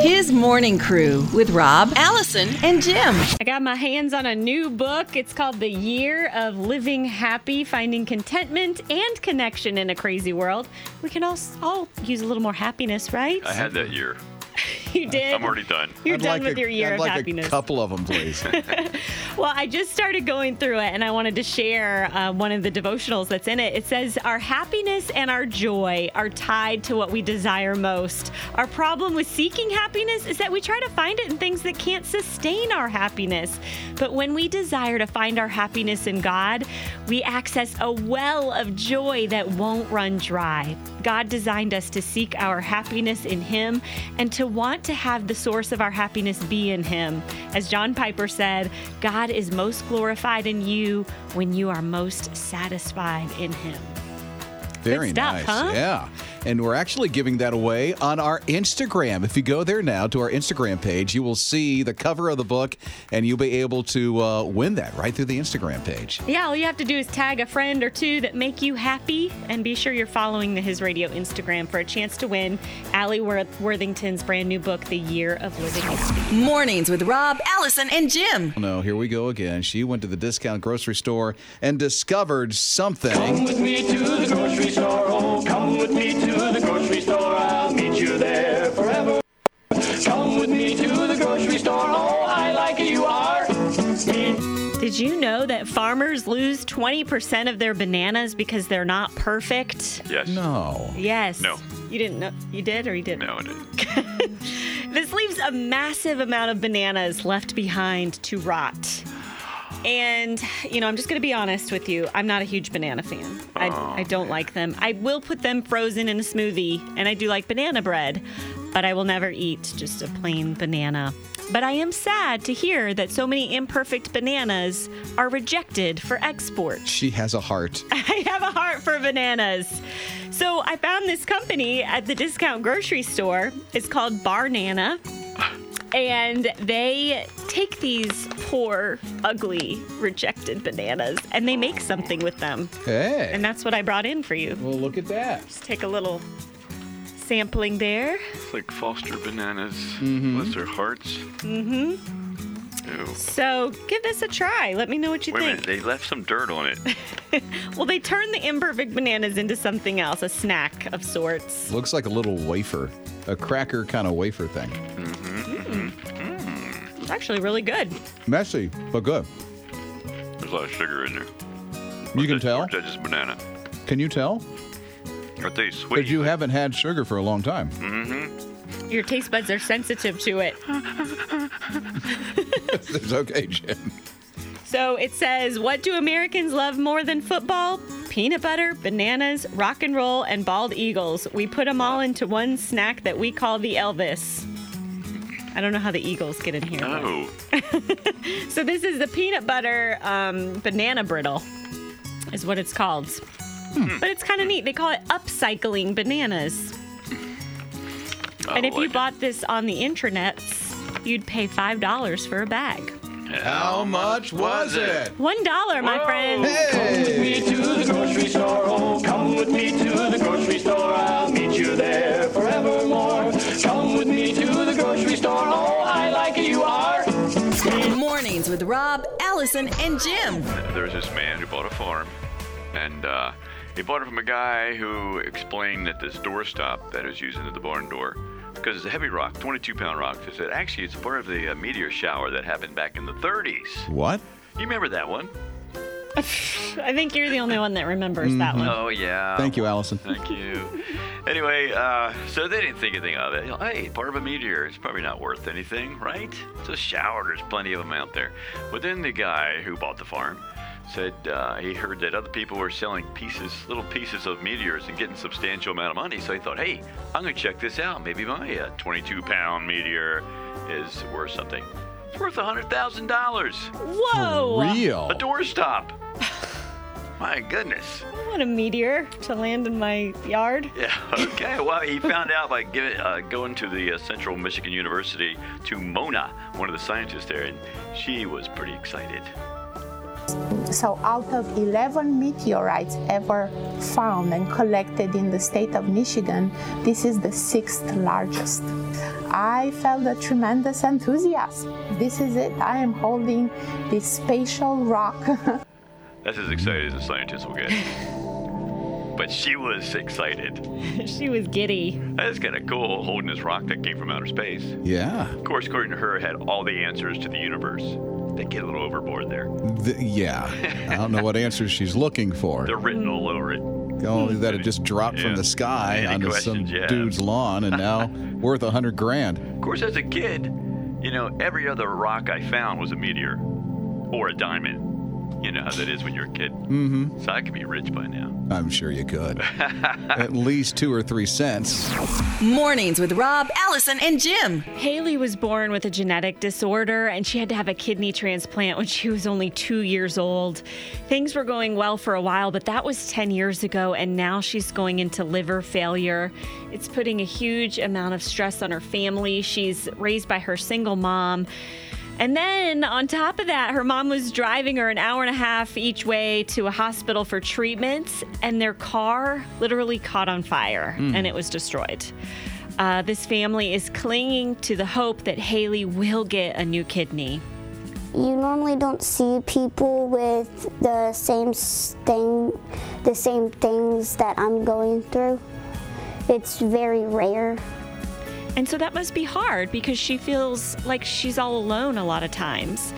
His morning crew with Rob, Allison, and Jim. I got my hands on a new book. It's called The Year of Living Happy, Finding Contentment and Connection in a Crazy World. We can all, all use a little more happiness, right? I had that year. you did. I'm already done. You're I'd done like with a- your year I'd of like happiness. A couple of them, please. Well, I just started going through it and I wanted to share uh, one of the devotionals that's in it. It says, Our happiness and our joy are tied to what we desire most. Our problem with seeking happiness is that we try to find it in things that can't sustain our happiness. But when we desire to find our happiness in God, we access a well of joy that won't run dry. God designed us to seek our happiness in Him and to want to have the source of our happiness be in Him. As John Piper said, God is most glorified in you when you are most satisfied in Him. Very Good stuff, nice. huh? Yeah. And we're actually giving that away on our Instagram. If you go there now to our Instagram page, you will see the cover of the book and you'll be able to uh, win that right through the Instagram page. Yeah, all you have to do is tag a friend or two that make you happy and be sure you're following the His Radio Instagram for a chance to win Allie Worth- Worthington's brand new book, The Year of Living Happy. Mornings with Rob, Allison, and Jim. Oh, No, here we go again. She went to the discount grocery store and discovered something. Come with me to the grocery store. Oh, come with me to the grocery store. I'll meet you there forever. Come with me to the grocery store. Oh, I like you are. Me Did you know that farmers lose 20% of their bananas because they're not perfect? Yes. No. Yes. No. You didn't know? You did or you didn't? No, it is. This leaves a massive amount of bananas left behind to rot. And, you know, I'm just going to be honest with you. I'm not a huge banana fan. I, I don't like them. I will put them frozen in a smoothie, and I do like banana bread, but I will never eat just a plain banana. But I am sad to hear that so many imperfect bananas are rejected for export. She has a heart. I have a heart for bananas. So I found this company at the discount grocery store. It's called Barnana. And they take these poor, ugly, rejected bananas and they make something with them. Hey. And that's what I brought in for you. Well, look at that. Just take a little sampling there. It's like Foster bananas. Those are hearts. Mm-hmm. Ew. So give this a try. Let me know what you Wait a think. minute. They left some dirt on it. Well, they turn the imperfect bananas into something else, a snack of sorts. Looks like a little wafer, a cracker kind of wafer thing. It's actually really good. Messy, but good. There's a lot of sugar in there. You can That's- tell. That's just banana. Can you tell? I tell you, sweet. Because you haven't had sugar for a long time. Your taste buds are sensitive to it. it's okay, Jim. So it says, What do Americans love more than football? Peanut butter, bananas, rock and roll, and bald eagles. We put them all into one snack that we call the Elvis. I don't know how the eagles get in here. but- Oh, So this is the peanut butter um, banana brittle, is what it's called. Hmm. But it's kind of neat. They call it upcycling bananas. I And if Oh, like you it. bought this on the intranets, you'd pay $5 for a bag. How much was it? $1, my Whoa. friend. with me to the grocery store. Oh, come with me to the grocery store. I'll meet you there forevermore. Come with me to the grocery store. Oh, I like you are. Mornings with Rob, Allison, and Jim. There was this man who bought a farm, and uh, he bought it from a guy who explained that this doorstop that is used into the barn door, because it's a heavy rock, 22 pound rock, they said actually it's part of the uh, meteor shower that happened back in the 30s. What? You remember that one? I think you're the only one that remembers that one. Oh, yeah. Thank you, Allison. Thank you. Anyway, uh, so they didn't think anything of it. You know, hey, part of a meteor is probably not worth anything, right? It's a shower. There's plenty of them out there. But then the guy who bought the farm said uh, he heard that other people were selling pieces, little pieces of meteors, and getting substantial amount of money. So he thought, hey, I'm gonna check this out. Maybe my uh, 22-pound meteor is worth something. It's worth hundred thousand dollars. Whoa! Real. A doorstop. My goodness. I want a meteor to land in my yard. Yeah. Okay. Well, he found out by giving, uh, going to the uh, Central Michigan University to Mona, one of the scientists there, and she was pretty excited. So, out of 11 meteorites ever found and collected in the state of Michigan, this is the sixth largest. I felt a tremendous enthusiasm. This is it. I am holding this spatial rock. That's as excited as a scientist will get. but she was excited. she was giddy. That's kind of cool, holding this rock that came from outer space. Yeah. Of course, according to her, it had all the answers to the universe. They get a little overboard there. Th- yeah. I don't know what answer she's looking for. They're written all over it. Only that it just dropped Yeah. from the sky Any onto some questions you have? dude's lawn and now worth a hundred grand. Of course, as a kid, you know, every other rock I found was a meteor or a diamond. You know how that is when you're a kid. Mm-hmm. So I could be rich by now. I'm sure you could. At least two or three cents. Mornings with Rob, Allison, and Jim. Haley was born with a genetic disorder and she had to have a kidney transplant when she was only two years old. Things were going well for a while, but that was 10 years ago, and now she's going into liver failure. It's putting a huge amount of stress on her family. She's raised by her single mom. And then on top of that, her mom was driving her an hour and a half each way to a hospital for treatments, and their car literally caught on fire and it was destroyed. Uh, this family is clinging to the hope that Haley will get a new kidney. you normally don't see people with the same s- thing the same things that I'm going through. It's very rare. And so that must be hard because she feels like she's all alone a lot of times.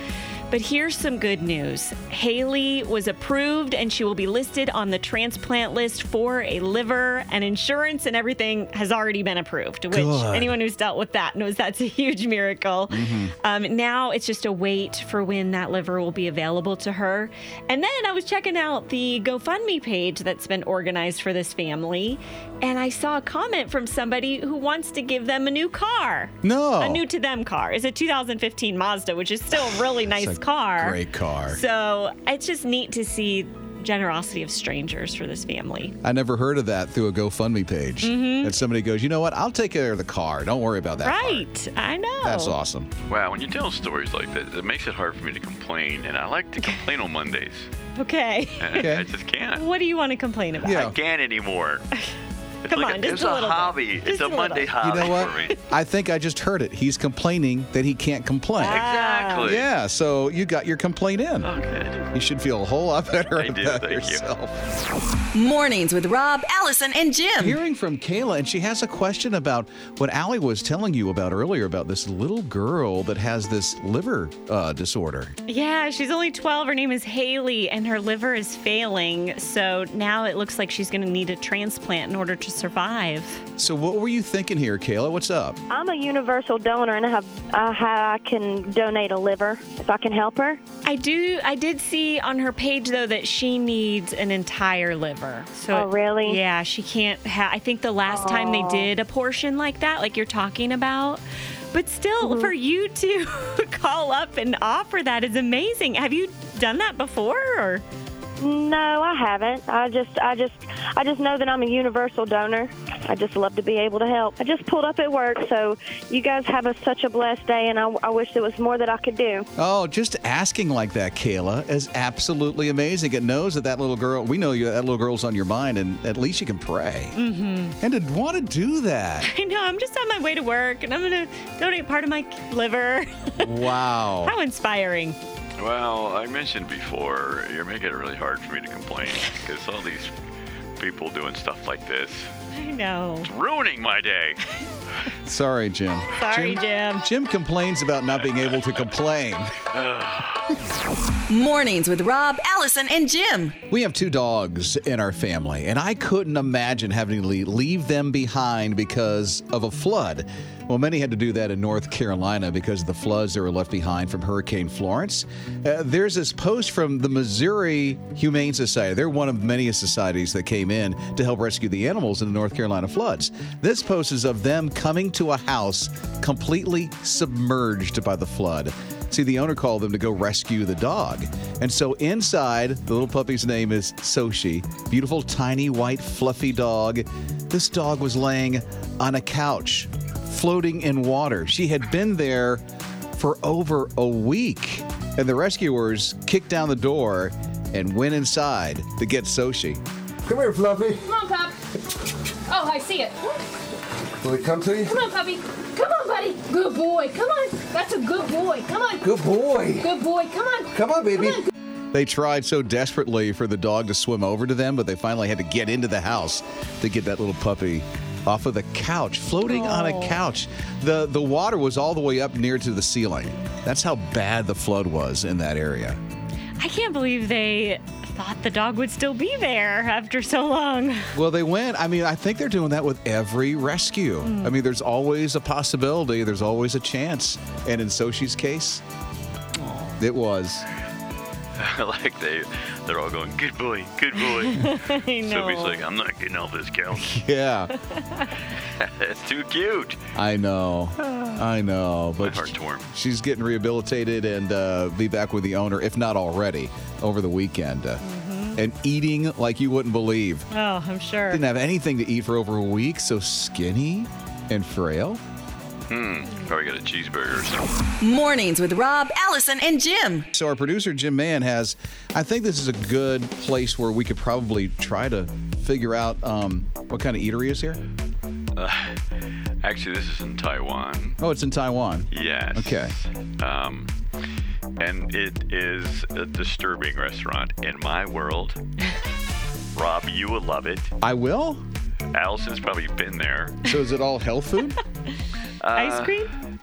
But here's some good news Haley was approved and she will be listed on the transplant list for a liver, and insurance and everything has already been approved, which anyone who's dealt with that knows that's a huge miracle. Mm-hmm. Um, now it's just a wait for when that liver will be available to her. And then I was checking out the GoFundMe page that's been organized for this family, and I saw a comment from somebody who wants to give them a new car. No. A new to them car. It's a 2015 Mazda, which is still a really nice car. Great car. So it's just neat to see generosity of strangers for this family. I never heard of that through a GoFundMe page. That somebody goes, you know what? I'll take care of the car. Don't worry about that. part." Right. Oh. I know. That's awesome. Wow, when you tell stories like that, it makes it hard for me to complain, and I like to complain on Mondays. Okay. And Okay. I just can't. What do you want to complain about? Yeah. I can't anymore. It's Come like on, a, just it's a a, little bit. hobby. Just It's a a little Monday bit. You hobby know for me. what? I think I just heard it. He's complaining that he can't complain. Exactly. Yeah, so you got your complaint in. Oh, good. You should feel a whole lot better I do, about thank you. yourself. Mornings with Rob, Allison, and Jim. Hearing from Kayla, and she has a question about what Allie was telling you about earlier about this little girl that has this liver uh, disorder. Yeah, she's only 12. Her name is Haley, and her liver is failing. So now it looks like she's going to need a transplant in order to survive. So, what were you thinking here, Kayla? What's up? I'm a universal donor, and I have I, ha I can donate a liver if I can help her. I do. I did see on her page though that she needs an entire liver. So Oh, really? Oh. Yeah, she can't. Ha- I think the last time they did a portion like that, like you're talking about. But still, Mm-hmm. for you to call up and offer that is amazing. Have you done that before? Or? No, I haven't. I just I just I just know that I'm a universal donor. I just love to be able to help. I just pulled up at work, so you guys have a, such a blessed day, and I, I wish there was more that I could do. Oh, just asking like that, Kayla, is absolutely amazing. It knows that that little girl, we know you, that little girl's on your mind, and at least you can pray. Mm-hmm. And to want to do that. I know. I'm just on my way to work, and I'm gonna donate part of my liver. wow. How inspiring! Well, I mentioned before, you're making it really hard for me to complain because all these people doing stuff like this I know. ruining my day. Sorry, Jim. Sorry, Jim. Jim complains about not being able to complain. Mornings with Rob, Allison, and Jim. We have two dogs in our family, and I couldn't imagine having to le- leave them behind because of a flood. Well, many had to do that in North Carolina because of the floods that were left behind from Hurricane Florence. Uh, there's this post from the Missouri Humane Society. They're one of many societies that came in to help rescue the animals in the North Carolina floods. This post is of them coming to a house completely submerged by the flood. See, the owner called them to go rescue the dog. And so inside, the little puppy's name is Soshi, beautiful, tiny, white, fluffy dog. This dog was laying on a couch, floating in water. She had been there for over a week. and the rescuers kicked down the door and went inside to get Soshi. Come here, Fluffy. Come on, Pop. Oh, I see it. Will it come to you? Come on, puppy. Come on, buddy. Good boy. Come on. That's a good boy. Come on. Good boy. Good boy. Come on. Come on, baby. They tried so desperately for the dog to swim over to them, but they finally had to get into the house to get that little puppy off of the couch, floating on a couch. The the water was all the way up near to the ceiling. That's how bad the flood was in that area. I can't believe they thought the dog would still be there after so long. Well, they went. I mean, I think they're doing that with every rescue. I mean, there's always a possibility, there's always a chance. And in Soshi's case, it was. I like they, they're all going, good boy, good boy. I know. Sophie's like, I'm not getting off this couch. Yeah, That's too cute. I know. I know. My But heart's warm. She's getting rehabilitated and uh, be back with the owner, if not already, over the weekend. Uh, And eating like you wouldn't believe. oh, I'm sure. Didn't have anything to eat for over a week, so skinny and frail. Probably got a cheeseburger or something. Mornings with Rob, Allison, and Jim. So our producer Jim Mann has, I think this is a good place where we could probably try to figure out um, what kind of eatery is here. Actually, this is in Taiwan. Oh, it's in Taiwan. Yes. Okay. Um, and it is a disturbing restaurant in my world. Rob, you will love it. I will. Allison's probably been there. So is it all health food? Ice cream?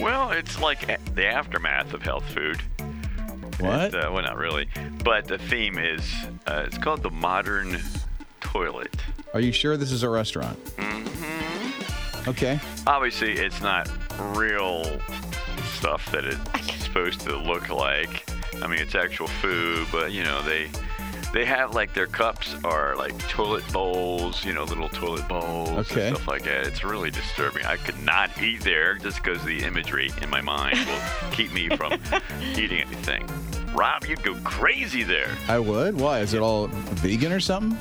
Well, it's like a- the aftermath of health food. What? It's, uh, well, not really. But the theme is uh, it's called the modern toilet. Are you sure this is a restaurant? Okay. Obviously, it's not real stuff that it's supposed to look like. I mean, it's actual food, but you know they they have like their cups are like toilet bowls, you know, little toilet bowls Okay. and stuff like that. It's really disturbing. I could not eat there just because the imagery in my mind will keep me from eating anything. Rob, you'd go crazy there. I would. Why? Is it all vegan or something?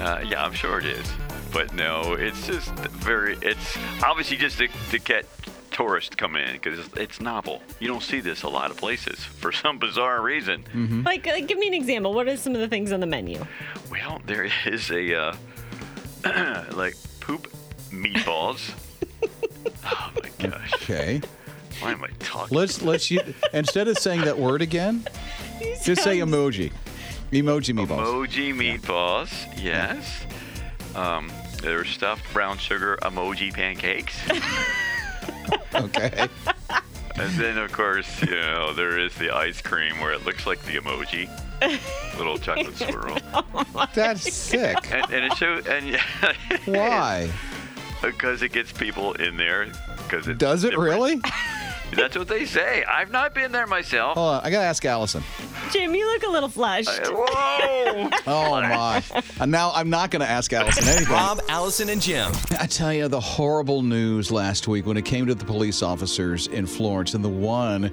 Uh, yeah, I'm sure it is. But no, it's just very. It's obviously just to, to get tourists to come in because it's, it's novel. You don't see this a lot of places for some bizarre reason. Like, like, give me an example. What are some of the things on the menu? Well, there is a uh, like poop meatballs. oh my gosh, Okay. why am I talking? Let's let's you instead of saying that word again, just say emoji. Emoji meatballs. emoji meatballs. Yes. Um, there's stuffed brown sugar emoji pancakes. Okay. And then, of course, you know, there is the ice cream where it looks like the emoji. Little chocolate swirl. That's sick. And, and it shows, and Why? Because it gets people in there. Because it Does it really? That's what they say. I've not been there myself. Uh, Hold on. I gotta ask Allison. Jim, you look a little flushed. Whoa! Oh my! And now I'm not going to ask Allison anything. Rob, Allison, and Jim. I tell you, the horrible news last week when it came to the police officers in Florence and the one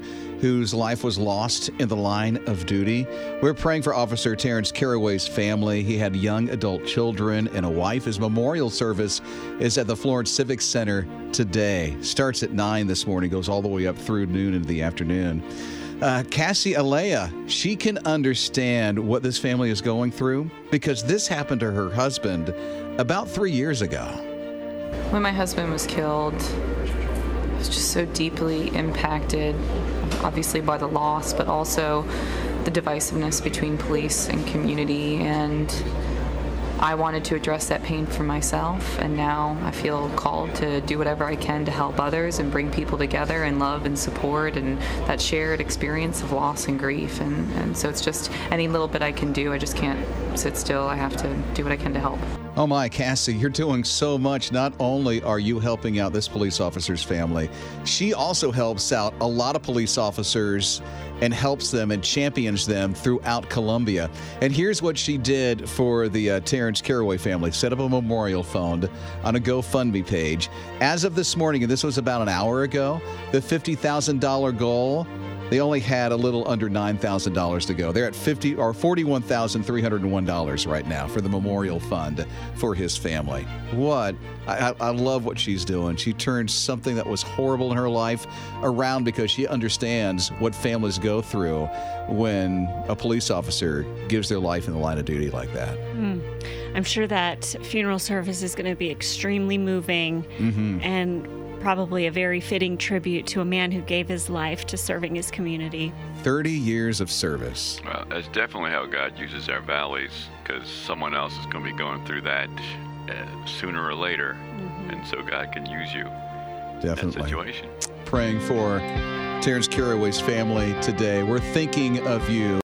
whose life was lost in the line of duty. We're praying for Officer Terrence Caraway's family. He had young adult children and a wife. His memorial service is at the Florence Civic Center today. Starts at 9 this morning, goes all the way up through noon into the afternoon. Uh, Cassie Alea, she can understand what this family is going through because this happened to her husband about three years ago. When my husband was killed, I was just so deeply impacted, obviously by the loss, but also the divisiveness between police and community. And I wanted to address that pain for myself, and now I feel called to do whatever I can to help others and bring people together and love and support and that shared experience of loss and grief. And, and so it's just any little bit I can do, I just can't sit still. I have to do what I can to help. Oh my, Cassie, you're doing so much. Not only are you helping out this police officer's family, she also helps out a lot of police officers and helps them and champions them throughout Colombia. And here's what she did for the uh, Terrence Caraway family set up a memorial fund on a GoFundMe page. As of this morning, and this was about an hour ago, the $50,000 goal They only had a little under $9,000 to go. They're at 50 or $41,301 right now for the memorial fund for his family. What? I, I I love what she's doing. She turned something that was horrible in her life around because she understands what families go through when a police officer gives their life in the line of duty like that. Hmm. I'm sure that funeral service is going to be extremely moving Mhm. and probably a very fitting tribute to a man who gave his life to serving his community. 30 years of service. Well, that's definitely how God uses our valleys, because someone else is going to be going through that uh, sooner or later, and so God can use you in that Definitely. situation. Praying for Terrence Caraway's family today. We're thinking of you.